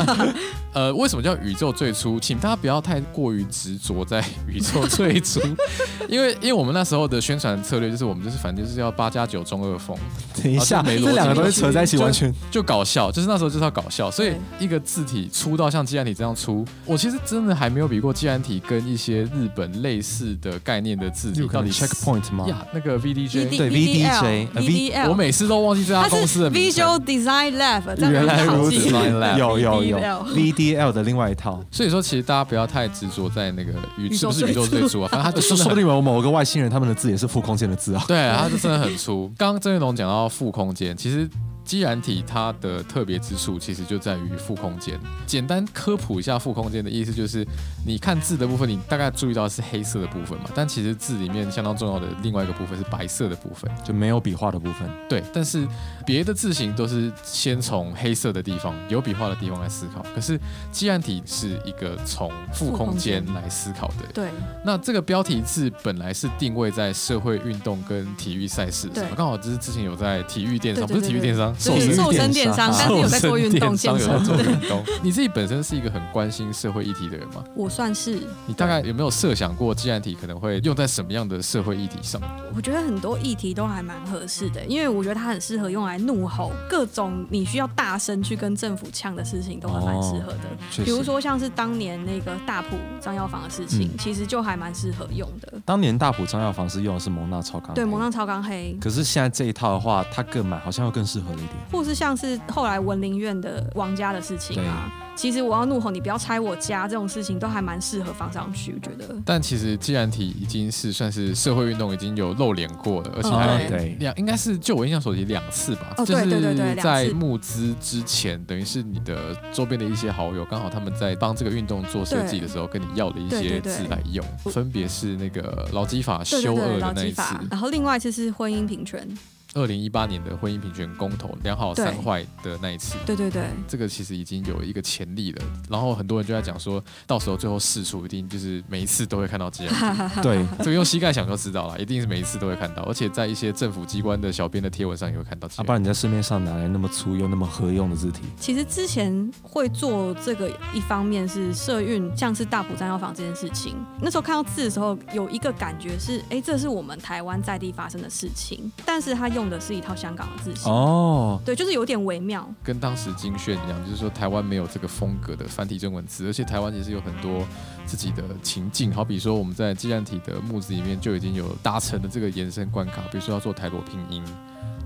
[SPEAKER 2] 呃，为什么叫宇宙最初？请大家不要太过于执着在宇宙最初， [LAUGHS] 因为因为我们那时候的宣传策略就是我们就是反正就是要八加九中二风。
[SPEAKER 1] 等一下，
[SPEAKER 2] 好像没逻辑
[SPEAKER 1] 这两个东西扯在一起，
[SPEAKER 2] 就
[SPEAKER 1] 完全
[SPEAKER 2] 就搞笑，就是那时候就是要搞笑，所以一个字体粗到像纪然体这样粗，我其实真的还没有比过纪然体跟一些日本类似的概念的字体
[SPEAKER 1] 有可
[SPEAKER 2] 到
[SPEAKER 1] 能
[SPEAKER 2] 底
[SPEAKER 1] checkpoint
[SPEAKER 3] [LAUGHS]
[SPEAKER 1] 吗？
[SPEAKER 2] 呀那个
[SPEAKER 3] VD
[SPEAKER 2] VDJ，
[SPEAKER 1] 对 VDJ 呃 V-
[SPEAKER 3] VDL，
[SPEAKER 2] 我每次都忘记这家
[SPEAKER 3] 它是
[SPEAKER 2] 公司的名称
[SPEAKER 3] Visual Design Lab，这样
[SPEAKER 1] 原来
[SPEAKER 3] 很好
[SPEAKER 1] 如
[SPEAKER 3] 记
[SPEAKER 1] 此
[SPEAKER 2] Design Lab，
[SPEAKER 1] [LAUGHS] 有有有
[SPEAKER 3] VDL
[SPEAKER 1] VDL 的另外一套。
[SPEAKER 2] 所以说，其实大家不要太执着在那个宇
[SPEAKER 3] 宇
[SPEAKER 2] 是
[SPEAKER 3] 宙
[SPEAKER 2] 不是宇宙最初啊，反正它就
[SPEAKER 1] [LAUGHS] 说
[SPEAKER 2] 真
[SPEAKER 1] 说
[SPEAKER 2] 的
[SPEAKER 1] 不
[SPEAKER 2] 很
[SPEAKER 1] 定有某个外星人，他们的字也是负空间的字啊。 [LAUGHS]
[SPEAKER 2] 对，它就真的很粗。 [LAUGHS] 刚刚郑月龙讲到负空间，其实。既然体它的特别之处其实就在于负空间。简单科普一下负空间的意思，就是你看字的部分，你大概注意到是黑色的部分嘛，但其实字里面相当重要的另外一个部分是白色的部分。
[SPEAKER 1] 就没有笔画的部
[SPEAKER 3] [LAUGHS]
[SPEAKER 1] 分。
[SPEAKER 2] 对，但是别的字形都是先从黑色的地方、有笔画的地方来思考，可是既然体是一个从负
[SPEAKER 3] 负空
[SPEAKER 2] 空间
[SPEAKER 3] 间
[SPEAKER 2] 来思考的
[SPEAKER 3] [LAUGHS] 对
[SPEAKER 2] 那这个标题字本来是定位在社会运动跟体育赛事上，
[SPEAKER 3] 对
[SPEAKER 2] 刚好就是之前有在体育电商，
[SPEAKER 3] 对
[SPEAKER 2] 不是
[SPEAKER 3] 对
[SPEAKER 2] 体育电商，
[SPEAKER 3] 对
[SPEAKER 1] 身
[SPEAKER 3] 是
[SPEAKER 2] 瘦
[SPEAKER 3] 瘦身电
[SPEAKER 1] 电商
[SPEAKER 3] 商，但是有在做运动
[SPEAKER 2] 身
[SPEAKER 3] 健
[SPEAKER 2] 电商有在
[SPEAKER 3] 身。
[SPEAKER 2] 做运动。你自己本身是一个很关心社会议题的人吗？
[SPEAKER 3] 我算是，
[SPEAKER 2] 你大概有没有设想过，既然体可能会用在什么样的社会议题上？
[SPEAKER 3] 我觉得很多议题都还蛮合适的，因为我觉得它很适合用来怒吼，各种你需要大声去跟政府呛的事情都还蛮适合的。
[SPEAKER 1] 确实
[SPEAKER 3] 比如，说像是当年那个大埔张药房的事情，
[SPEAKER 1] 嗯
[SPEAKER 3] 其实就还蛮适合用的。
[SPEAKER 1] 当年大埔张药房是用的是蒙娜超钢，
[SPEAKER 3] 对，蒙娜。超钢黑，
[SPEAKER 1] 可是现在这一套的话，它更买好像又更适合了一点。
[SPEAKER 3] 或是像是后来文林院的王家的事情啊，其实我要怒吼你不要拆我家这种事情，都还蛮适合放上去，我觉得。
[SPEAKER 2] 但其实既然体已经是算是社会运动已经有露脸过了，而且
[SPEAKER 3] 嗯
[SPEAKER 2] 它
[SPEAKER 3] 对
[SPEAKER 1] 啊对，
[SPEAKER 3] [LAUGHS]
[SPEAKER 2] 两应该是就我印象所及两次吧，
[SPEAKER 3] 哦
[SPEAKER 2] 就
[SPEAKER 3] 对
[SPEAKER 2] 是
[SPEAKER 3] 对对对两次
[SPEAKER 2] 在募资之前，等于是你的周边的一些好友，刚好他们在帮这个运动做设计的时候，跟你要的一些
[SPEAKER 3] 对对对
[SPEAKER 2] 字来用，分别是那个劳基法
[SPEAKER 3] 对
[SPEAKER 2] 修
[SPEAKER 3] 对
[SPEAKER 2] 恶
[SPEAKER 3] 对，
[SPEAKER 2] 的
[SPEAKER 3] 劳
[SPEAKER 2] 那
[SPEAKER 3] 基
[SPEAKER 2] 一次，
[SPEAKER 3] 法，然后另外一次是婚姻平权，
[SPEAKER 2] 二零一八年的婚姻平权公投两好三坏的那一次，
[SPEAKER 3] 对对对，
[SPEAKER 2] 这个其实已经有一个潜力了。然后很多人就在讲说，到时候最后试出一定就是每一次都会看到这样。
[SPEAKER 3] [LAUGHS]
[SPEAKER 1] 对，啊
[SPEAKER 2] 这个用膝盖想就知道了，一定是每一次都会看到，而且在一些政府机关的小编的贴文上也会看到。
[SPEAKER 1] 啊，不然你在市面上哪来那么粗又那么合用的字体？
[SPEAKER 3] 其实之前会做这个，一方面是社运，像是大埔站药房这件事情，那时候看到字的时候，有一个感觉是，哎，这是我们台湾在地发生的事情，但是他用的是一套香港的字型，
[SPEAKER 1] 哦，
[SPEAKER 3] 对，就是有点微妙。
[SPEAKER 2] 跟当时金炫一样，就是说台湾没有这个风格的繁体中文字，而且台湾也是有很多自己的情境，好比说我们在纪善体的木子里面就已经有达成的这个延伸关卡，比如说要做台罗拼音。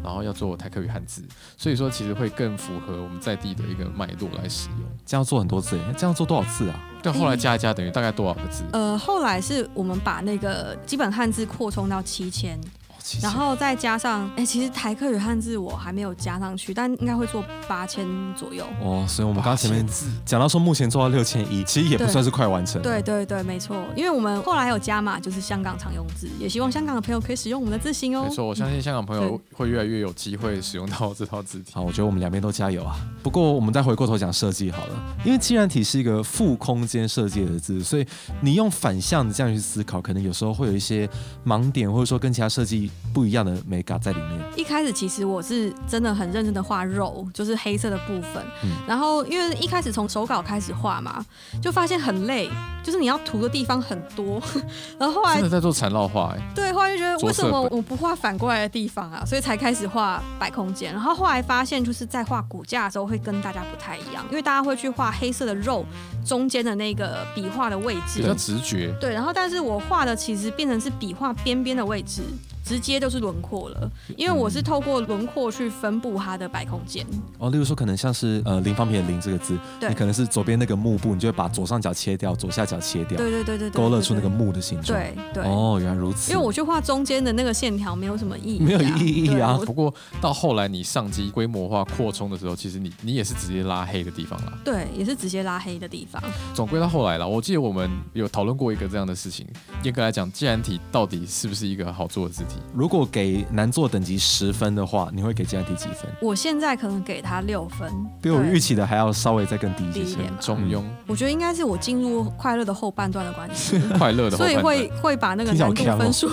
[SPEAKER 2] 然后要做台客语汉字，所以说其实会更符合我们在地的一个脉络来使用。
[SPEAKER 1] 这样做很多次，这样做多少次啊？
[SPEAKER 2] 但后来加一加，等于大概多少个字？
[SPEAKER 3] 呃，后来是我们把那个基本汉字扩充到七千，
[SPEAKER 1] 哦其实
[SPEAKER 3] 然后再加上，哎、其实台客语汉字我还没有加上去，但应该会做八千左右。
[SPEAKER 1] 哦，所以我们刚刚前面
[SPEAKER 2] 字
[SPEAKER 1] 讲到说，目前做到六千一，其实也不
[SPEAKER 3] 对
[SPEAKER 1] 算是快完成。
[SPEAKER 3] 对，对对，没错，因为我们后来还有加码，就是香港常用字，也希望香港的朋友可以使用我们的字型哦。
[SPEAKER 2] 没错，我相信香港朋友
[SPEAKER 3] 对
[SPEAKER 2] 会越来越有机会使用到这套字体。
[SPEAKER 1] 好，我觉得我们两边都加油啊。不过我们再回过头讲设计好了，因为既然体是一个负空间设计的字，所以你用反向的这样去思考，可能有时候会有一些盲点，或者说跟其他设计不一样的美感在里面。
[SPEAKER 3] 一开始其实我是真的很认真的画肉，就是黑色的部分。
[SPEAKER 1] 嗯
[SPEAKER 3] 然后因为一开始从手稿开始画嘛，就发现很累，就是你要涂的地方很多。 [LAUGHS] 然后后来
[SPEAKER 2] 真的在做缠绕画、欸，
[SPEAKER 3] 对，后来就觉得
[SPEAKER 2] 着
[SPEAKER 3] 为什
[SPEAKER 2] 色
[SPEAKER 3] 么
[SPEAKER 2] 本
[SPEAKER 3] 我不画反过来的地方啊？所以才开始画白空间。然后后来发现，就是在画骨架的时候会跟大家不太一样，因为大家会去画黑色的肉中间的那个笔画的位置
[SPEAKER 2] 比。较直觉。
[SPEAKER 3] 对，然后但是我画的其实变成是笔画边边的位置，直接就是轮廓了，因为我是透过轮廓去分布它的白空间。
[SPEAKER 1] 哦，例如说可能像是呃零方平的零这个字，
[SPEAKER 3] 对
[SPEAKER 1] 你可能是左边那个幕布，你就会把左上角切掉，左下角切掉，
[SPEAKER 3] 对对对对对，
[SPEAKER 1] 勾勒
[SPEAKER 3] 对
[SPEAKER 1] 出那个。木的形状。
[SPEAKER 3] 对对，
[SPEAKER 1] 哦，原来如此。
[SPEAKER 3] 因为我去画中间的那个线条没有什么意义啊、
[SPEAKER 1] 没有意义
[SPEAKER 3] 对
[SPEAKER 1] 啊
[SPEAKER 3] 我
[SPEAKER 2] 不过到后来你上机规模化扩充的时候，其实你你也是直接拉黑的地方啦。
[SPEAKER 3] 对，也是直接拉黑的地方。
[SPEAKER 2] 总归到后来了，我记得我们有讨论过一个这样的事情。严格来讲，既然体到底是不是一个好做的字体？
[SPEAKER 1] 如果给难做等级十分的话，你会给这样题几分？
[SPEAKER 3] 我现在可能给他六分，
[SPEAKER 1] 比我
[SPEAKER 3] 对
[SPEAKER 1] 预期的还要稍微再更低一些
[SPEAKER 3] 低一
[SPEAKER 1] 些。
[SPEAKER 3] 点吧。
[SPEAKER 2] 中庸、
[SPEAKER 3] 我觉得应该是我进入快乐的后半段的关系，
[SPEAKER 2] 快
[SPEAKER 3] [LAUGHS]
[SPEAKER 2] 乐的后
[SPEAKER 3] 嗯所
[SPEAKER 2] 半
[SPEAKER 3] 以
[SPEAKER 2] 段，
[SPEAKER 3] 会会把那个难度
[SPEAKER 1] 听起来好哦
[SPEAKER 3] 分数、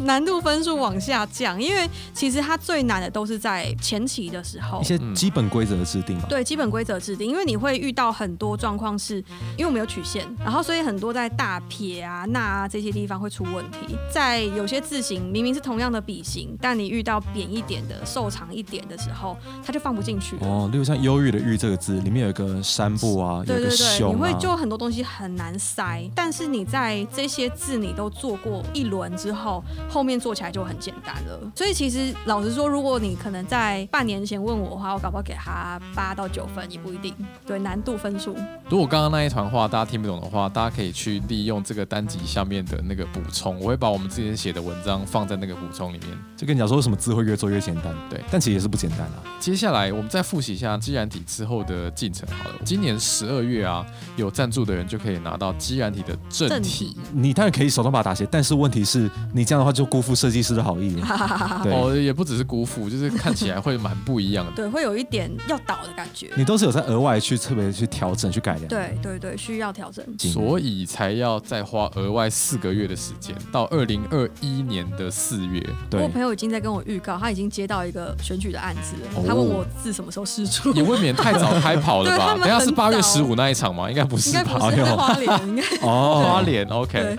[SPEAKER 3] [LAUGHS] 难度分数往下降，因为其实它最难的都是在前期的时候
[SPEAKER 1] 一。些基本规则的制定嘛。
[SPEAKER 3] 对基本规则制定，因为你会遇到很多状况是，因为我们有曲线，然后所以很多在大撇啊、捺啊这些地方会出问题。在有些字形明明是同样的笔形，但你遇到扁一点的、瘦长一点的时候，它就放不进去了。
[SPEAKER 1] 哦，例如像“忧郁”的“郁”这个字，里面有一个山部啊，有
[SPEAKER 3] 对
[SPEAKER 1] 一个
[SPEAKER 3] 对对，你
[SPEAKER 1] 熊
[SPEAKER 3] 会
[SPEAKER 1] 啊。
[SPEAKER 3] 就很多东西很难塞，但是你在这些字你都做过一轮之后，后面做起来就很简单了。所以其实老实说，如果你可能在半年前问我的话，我搞不好给他八到九分也不一定。对，难度分数，
[SPEAKER 2] 如果刚刚那一团话大家听不懂的话，大家可以去利用这个单集下面的那个补充，我会把我们之前写的文章放在那个补充里面。
[SPEAKER 1] 就跟你讲说，为什么字会越做越简单？
[SPEAKER 2] 对
[SPEAKER 1] 但其实也是不简单啊。
[SPEAKER 2] 接下来我们再复习一下基然体之后的进程好了。今年十二月啊，有赞助的人就可以拿到基然体的正体。
[SPEAKER 3] 正体
[SPEAKER 1] 你当然可以手动把它打斜，但是问题是你这样的话就辜负设计师的好
[SPEAKER 3] [LAUGHS]
[SPEAKER 1] 意了。对，
[SPEAKER 2] 哦，也不只是辜负，就是看起来会蛮不一样
[SPEAKER 3] [LAUGHS]
[SPEAKER 2] 的。
[SPEAKER 3] 对，会有一点要倒的感觉。
[SPEAKER 1] 你都是有在额外去特别去调整、去改良。，
[SPEAKER 3] 对对对，需要调整。
[SPEAKER 2] 所以才要再花额外四个月的时间，到二零二一年的四月，
[SPEAKER 1] 对
[SPEAKER 3] 我朋友已经在跟我预告，他已经接到一个选举的案子了，
[SPEAKER 1] 哦
[SPEAKER 3] 他问我字什么时候释出，
[SPEAKER 2] 也未免太早开跑了
[SPEAKER 3] [LAUGHS] 对
[SPEAKER 2] 吧？
[SPEAKER 3] 他
[SPEAKER 2] 等
[SPEAKER 3] 们
[SPEAKER 2] 一下是
[SPEAKER 3] 很
[SPEAKER 2] 八月
[SPEAKER 3] 早
[SPEAKER 2] 十五那一场吗？应该不
[SPEAKER 3] 应
[SPEAKER 2] 是
[SPEAKER 3] 该
[SPEAKER 2] 吧？
[SPEAKER 3] 不是
[SPEAKER 1] 哎呦
[SPEAKER 3] 在花莲，应该
[SPEAKER 1] 哦，
[SPEAKER 2] [LAUGHS] 花脸，OK
[SPEAKER 3] 对。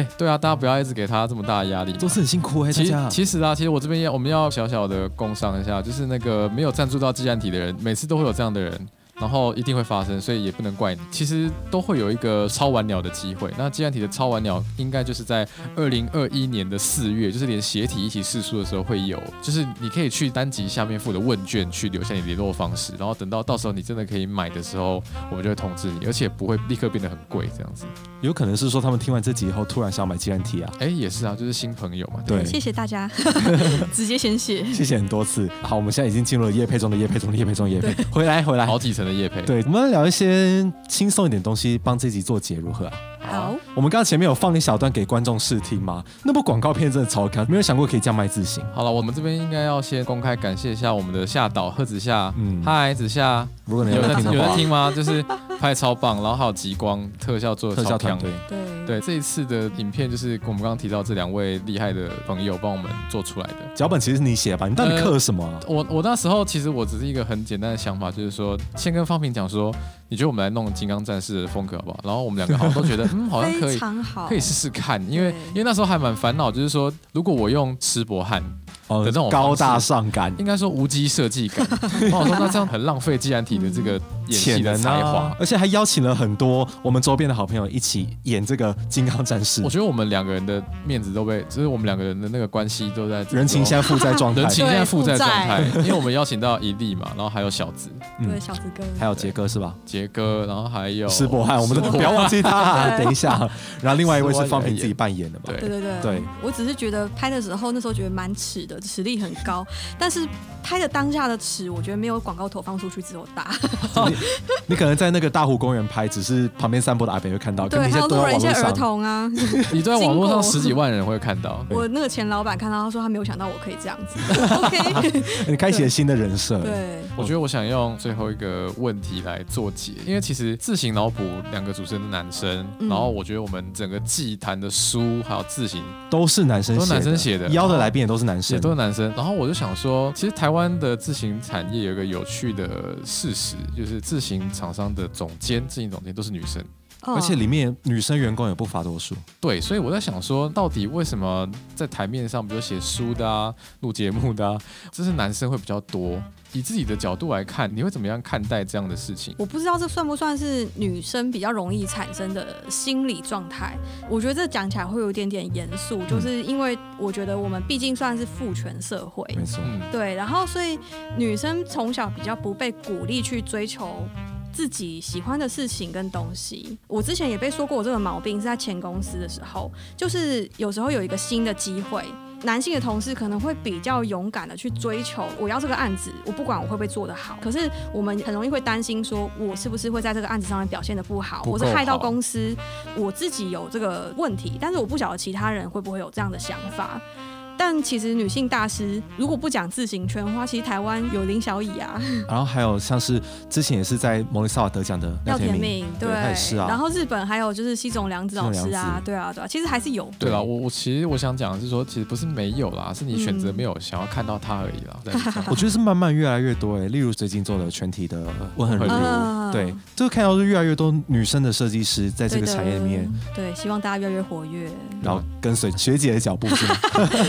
[SPEAKER 2] 哎、对啊，大家不要一直给他这么大的压力嘛。
[SPEAKER 1] 做事很辛苦哎，大
[SPEAKER 2] 其实
[SPEAKER 1] 家。
[SPEAKER 2] 其实啊，其实我这边要我们要小小的工商一下，就是那个没有赞助到计算体的人，每次都会有这样的人。然后一定会发生，所以也不能怪你。其实都会有一个超完鸟的机会。那计算体的超完鸟应该就是在二零二一年的四月，就是连鞋体一起试出的时候会有，就是你可以去单集下面附的问卷去留下你联络方式，然后等到到时候你真的可以买的时候，我们就会通知你，而且不会立刻变得很贵这样子。
[SPEAKER 1] 有可能是说他们听完这集以后突然想买纪然体啊。
[SPEAKER 2] 哎，也是啊，就是新朋友嘛。
[SPEAKER 1] 对，
[SPEAKER 3] 谢谢大
[SPEAKER 1] [LAUGHS]
[SPEAKER 3] 家，直接先谢。
[SPEAKER 1] 谢谢很多次。好，我们现在已经进入了叶配中的叶配中的叶配中的叶配，回来回来。
[SPEAKER 2] 好几层的叶配。
[SPEAKER 1] 对，我们聊一些轻松一点的东西，帮这集做结如何啊？
[SPEAKER 2] 好
[SPEAKER 3] 好，
[SPEAKER 1] 我们刚刚前面有放一小段给观众试听嘛，那部广告片真的超看，没有想过可以这样卖自信。
[SPEAKER 2] 好了，我们这边应该要先公开感谢一下我们的夏导贺子夏，
[SPEAKER 1] 嗯
[SPEAKER 2] 嗨子夏，
[SPEAKER 1] 如果你
[SPEAKER 2] 有
[SPEAKER 1] 在
[SPEAKER 2] 在
[SPEAKER 1] 听
[SPEAKER 2] 有
[SPEAKER 1] 的
[SPEAKER 2] 在
[SPEAKER 1] 话，
[SPEAKER 2] 听吗？就是拍超棒，然后还有极光特效做的
[SPEAKER 1] 特
[SPEAKER 2] 超
[SPEAKER 1] 效
[SPEAKER 2] 强
[SPEAKER 1] 团。队，
[SPEAKER 3] 对，
[SPEAKER 2] 对，这一次的影片就是我们刚刚提到这两位厉害的朋友帮我们做出来的。
[SPEAKER 1] 脚本其实是你写吧？你到底刻什么啊？
[SPEAKER 2] 我我那时候其实我只是一个很简单的想法，就是说先跟方平讲说，你觉得我们来弄金刚战士的风格好不好？然后我们两个好像都觉得，嗯，好像可
[SPEAKER 3] 非
[SPEAKER 2] 以，
[SPEAKER 3] 常好，
[SPEAKER 2] 可以试试看，因为
[SPEAKER 3] 对
[SPEAKER 2] 因为那时候还蛮烦恼，就是说如果我用吃博汉，
[SPEAKER 1] 哦
[SPEAKER 2] 呃的那种方式
[SPEAKER 1] 高大上感，
[SPEAKER 2] 应该说无机设计
[SPEAKER 3] [LAUGHS]
[SPEAKER 2] 感，然后我说那这样很浪费既然体的这个演戏
[SPEAKER 1] 潜
[SPEAKER 2] 的
[SPEAKER 1] 能
[SPEAKER 2] 才华
[SPEAKER 1] 啊，。而且还邀请了很多我们周边的好朋友一起演这个金刚战士
[SPEAKER 2] 我，觉得我们两个人的面子都被，就是我们两个人的那个关系都在
[SPEAKER 1] 人情现在负债状态
[SPEAKER 2] 人，情现在
[SPEAKER 3] 对
[SPEAKER 2] 负债
[SPEAKER 3] 负
[SPEAKER 2] 状
[SPEAKER 3] 债
[SPEAKER 2] 态，因为我们邀请到一力嘛，然后还有小子、
[SPEAKER 3] 对小子哥，
[SPEAKER 1] 嗯还有杰哥是吧？
[SPEAKER 2] 杰哥，然后还 [LAUGHS] 有
[SPEAKER 1] 施伯汉，我们
[SPEAKER 2] 施
[SPEAKER 1] 都
[SPEAKER 2] 伯
[SPEAKER 1] 不要忘记他
[SPEAKER 2] [LAUGHS]
[SPEAKER 1] 啊。
[SPEAKER 3] 对
[SPEAKER 1] 等一下，然后另外一位
[SPEAKER 2] 施伯
[SPEAKER 1] 是
[SPEAKER 2] 汉
[SPEAKER 1] 方平自己扮演的嘛？
[SPEAKER 2] 对
[SPEAKER 3] 对对对，
[SPEAKER 1] 对
[SPEAKER 3] 我只是觉得拍的时候，那时候觉得蛮尺的，实力很高，但是拍的当下的尺，我觉得没有广告投放出去之后大。
[SPEAKER 1] 哦你可能在那个大湖公园拍，只是旁边散步的阿北会看到，跟
[SPEAKER 3] [LAUGHS] 对，
[SPEAKER 1] 你
[SPEAKER 3] 还
[SPEAKER 1] 现
[SPEAKER 3] 有
[SPEAKER 1] 在都
[SPEAKER 3] 路
[SPEAKER 1] 在
[SPEAKER 3] 人一
[SPEAKER 1] 网
[SPEAKER 3] 些
[SPEAKER 1] 络
[SPEAKER 3] 儿
[SPEAKER 1] 上。
[SPEAKER 3] 童啊。
[SPEAKER 2] 你在网络上
[SPEAKER 3] 经过
[SPEAKER 2] 十几万人会看到，
[SPEAKER 3] 我那个前老板看到他说他没有想到我可以这样
[SPEAKER 1] [LAUGHS]
[SPEAKER 3] 子。OK，
[SPEAKER 1] 你开启了新的人设，
[SPEAKER 3] 对，
[SPEAKER 2] 我觉得我想用最后一个问题来做结，因为其实自行脑补两个主持人的男生，
[SPEAKER 3] 嗯
[SPEAKER 2] 然后我觉得我们整个祭坛的书还有自行
[SPEAKER 1] 都是男生写的，
[SPEAKER 2] 都是男生写的哦
[SPEAKER 1] 邀的来宾也都是男
[SPEAKER 2] 也
[SPEAKER 1] 生，
[SPEAKER 2] 都是男生，然后我就想说，其实台湾的自行产业有一个有趣的事实，就是自行厂商的总监、自行总监都是女生，
[SPEAKER 3] 哦
[SPEAKER 1] 而且里面女生员工也不乏多数。
[SPEAKER 2] 对，所以我在想说，到底为什么在台面上，比如写书的啊、录节目的啊，这是男生会比较多？以自己的角度来看，你会怎么样看待这样的事情？
[SPEAKER 3] 我不知道这算不算是女生比较容易产生的心理状态。我觉得这讲起来会有一点点严肃，
[SPEAKER 1] 嗯
[SPEAKER 3] 就是因为我觉得我们毕竟算是父权社会，
[SPEAKER 1] 没错，
[SPEAKER 2] 嗯，
[SPEAKER 3] 对，然后所以女生从小比较不被鼓励去追求自己喜欢的事情跟东西。我之前也被说过我这个毛病，是在前公司的时候，就是有时候有一个新的机会。男性的同事可能会比较勇敢的去追求，我要这个案子，我不管我会不会做得好。可是我们很容易会担心，说我是不是会在这个案子上面表现得不好，
[SPEAKER 2] 不
[SPEAKER 3] 我是
[SPEAKER 2] 够
[SPEAKER 3] 害
[SPEAKER 2] 好
[SPEAKER 3] 到公司，我自己有这个问题，但是我不晓得其他人会不会有这样的想法。但其实女性大师如果不讲自行圈的话，其实台湾有林小乙啊，
[SPEAKER 1] 然后还有像是之前也是在蒙尼萨瓦得奖的廖
[SPEAKER 3] 药
[SPEAKER 1] 天
[SPEAKER 3] 田
[SPEAKER 1] 明，
[SPEAKER 3] 敏，
[SPEAKER 1] 对他也是啊
[SPEAKER 3] 然后日本还有就是西冢良子老
[SPEAKER 1] 西冢
[SPEAKER 3] 师
[SPEAKER 1] 良
[SPEAKER 3] 啊
[SPEAKER 1] 子，
[SPEAKER 3] 对啊，对啊，其实还是有。
[SPEAKER 2] 对啦，我我其实我想讲的是说，其实不是没有啦，是你选择没有想要看到他而已啦。在这
[SPEAKER 1] 我觉得是慢慢越来越多诶。欸例如最近做的全体的呃温恒
[SPEAKER 2] 温恒
[SPEAKER 1] 如
[SPEAKER 2] 如，
[SPEAKER 3] 啊
[SPEAKER 1] 对，就看到是越来越多女生的设计师在这
[SPEAKER 3] 对
[SPEAKER 1] 个
[SPEAKER 3] 的嗯
[SPEAKER 1] 产业里面，，
[SPEAKER 3] 对，希望大家越来越
[SPEAKER 1] [LAUGHS]
[SPEAKER 3] 活跃。
[SPEAKER 1] 然后跟随学姐的脚步是吗？ [LAUGHS]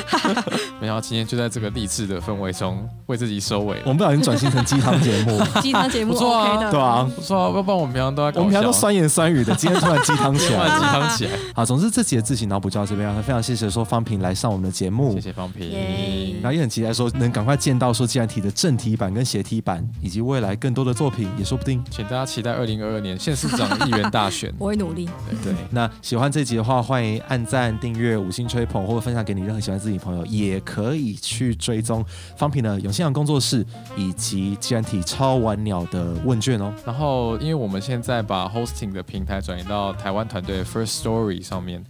[SPEAKER 2] 没想到今天就在这个励志的氛围中为自己收尾
[SPEAKER 1] 我。们不小心转型成鸡汤节
[SPEAKER 3] [LAUGHS]
[SPEAKER 1] 目，
[SPEAKER 3] 今天的节目
[SPEAKER 2] 不错啊
[SPEAKER 3] OK 的，
[SPEAKER 1] 对啊，
[SPEAKER 2] 不错啊，要不然我们平常都在搞
[SPEAKER 1] 我们平常都
[SPEAKER 2] 笑啊
[SPEAKER 1] 酸言酸语的，今天突然鸡汤起
[SPEAKER 2] 突然鸡
[SPEAKER 1] 来。
[SPEAKER 3] [LAUGHS]
[SPEAKER 2] 汤起来。
[SPEAKER 1] 好，总之这集的自行脑补就到这边了，非常谢谢说方平来上我们的节目
[SPEAKER 2] [LAUGHS] 谢。谢方平。
[SPEAKER 3] 耶。
[SPEAKER 1] 然后也很期待说能赶快见到说既然体的正体版跟斜体版，以及未来更多的作品也说不定。
[SPEAKER 2] 请大家期待二零二二年县市长议员大选
[SPEAKER 3] [LAUGHS] 我会努力。
[SPEAKER 1] 对，那喜欢这集的话，欢迎按赞、订阅、五星吹捧，或者分享给你任何喜欢自己的朋友，也可以去追踪方平的永信阳工作室以及既然体超玩鸟的问卷哦。
[SPEAKER 2] 然后，因为我们现在把 hosting 的平台转移到台湾团队 First Story 上面，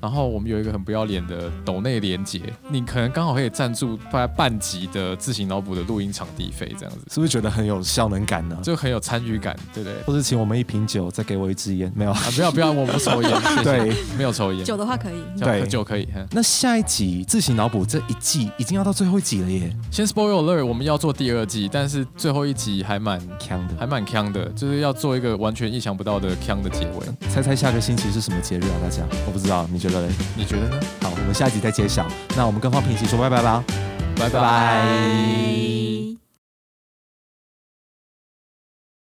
[SPEAKER 2] 然后我们有一个很不要脸的抖内连接，你可能刚好可以赞助大概半集的自行脑补的录音场地费，这样子
[SPEAKER 1] 是不是觉得很有效能感呢？
[SPEAKER 2] 就很有参与感，对不对？
[SPEAKER 1] 或是请我们一瓶酒，再给我一支烟，没有？
[SPEAKER 2] [LAUGHS] 啊，不要不要，我不抽烟，谢谢
[SPEAKER 1] 对，
[SPEAKER 2] [LAUGHS] 没有抽烟，
[SPEAKER 3] 久的话可以，
[SPEAKER 2] 这样
[SPEAKER 1] 对
[SPEAKER 2] 喝酒可以。哼
[SPEAKER 1] [LAUGHS] 那下一集自行脑补这一季已经要到最后一集了耶，
[SPEAKER 2] 先 spoil alert，我们要做第二季，但是最后一集还蛮
[SPEAKER 1] 强的
[SPEAKER 2] 还！蛮强的，就是要做一个完全意想不到的强的结尾，
[SPEAKER 1] 猜猜下个星期是什么节日啊？大家，我不知道，你觉得嘞？
[SPEAKER 2] 你觉得呢？
[SPEAKER 1] 好，我们下一集再揭晓。那我们跟方平一起说拜拜吧。拜
[SPEAKER 2] 拜拜
[SPEAKER 3] 拜。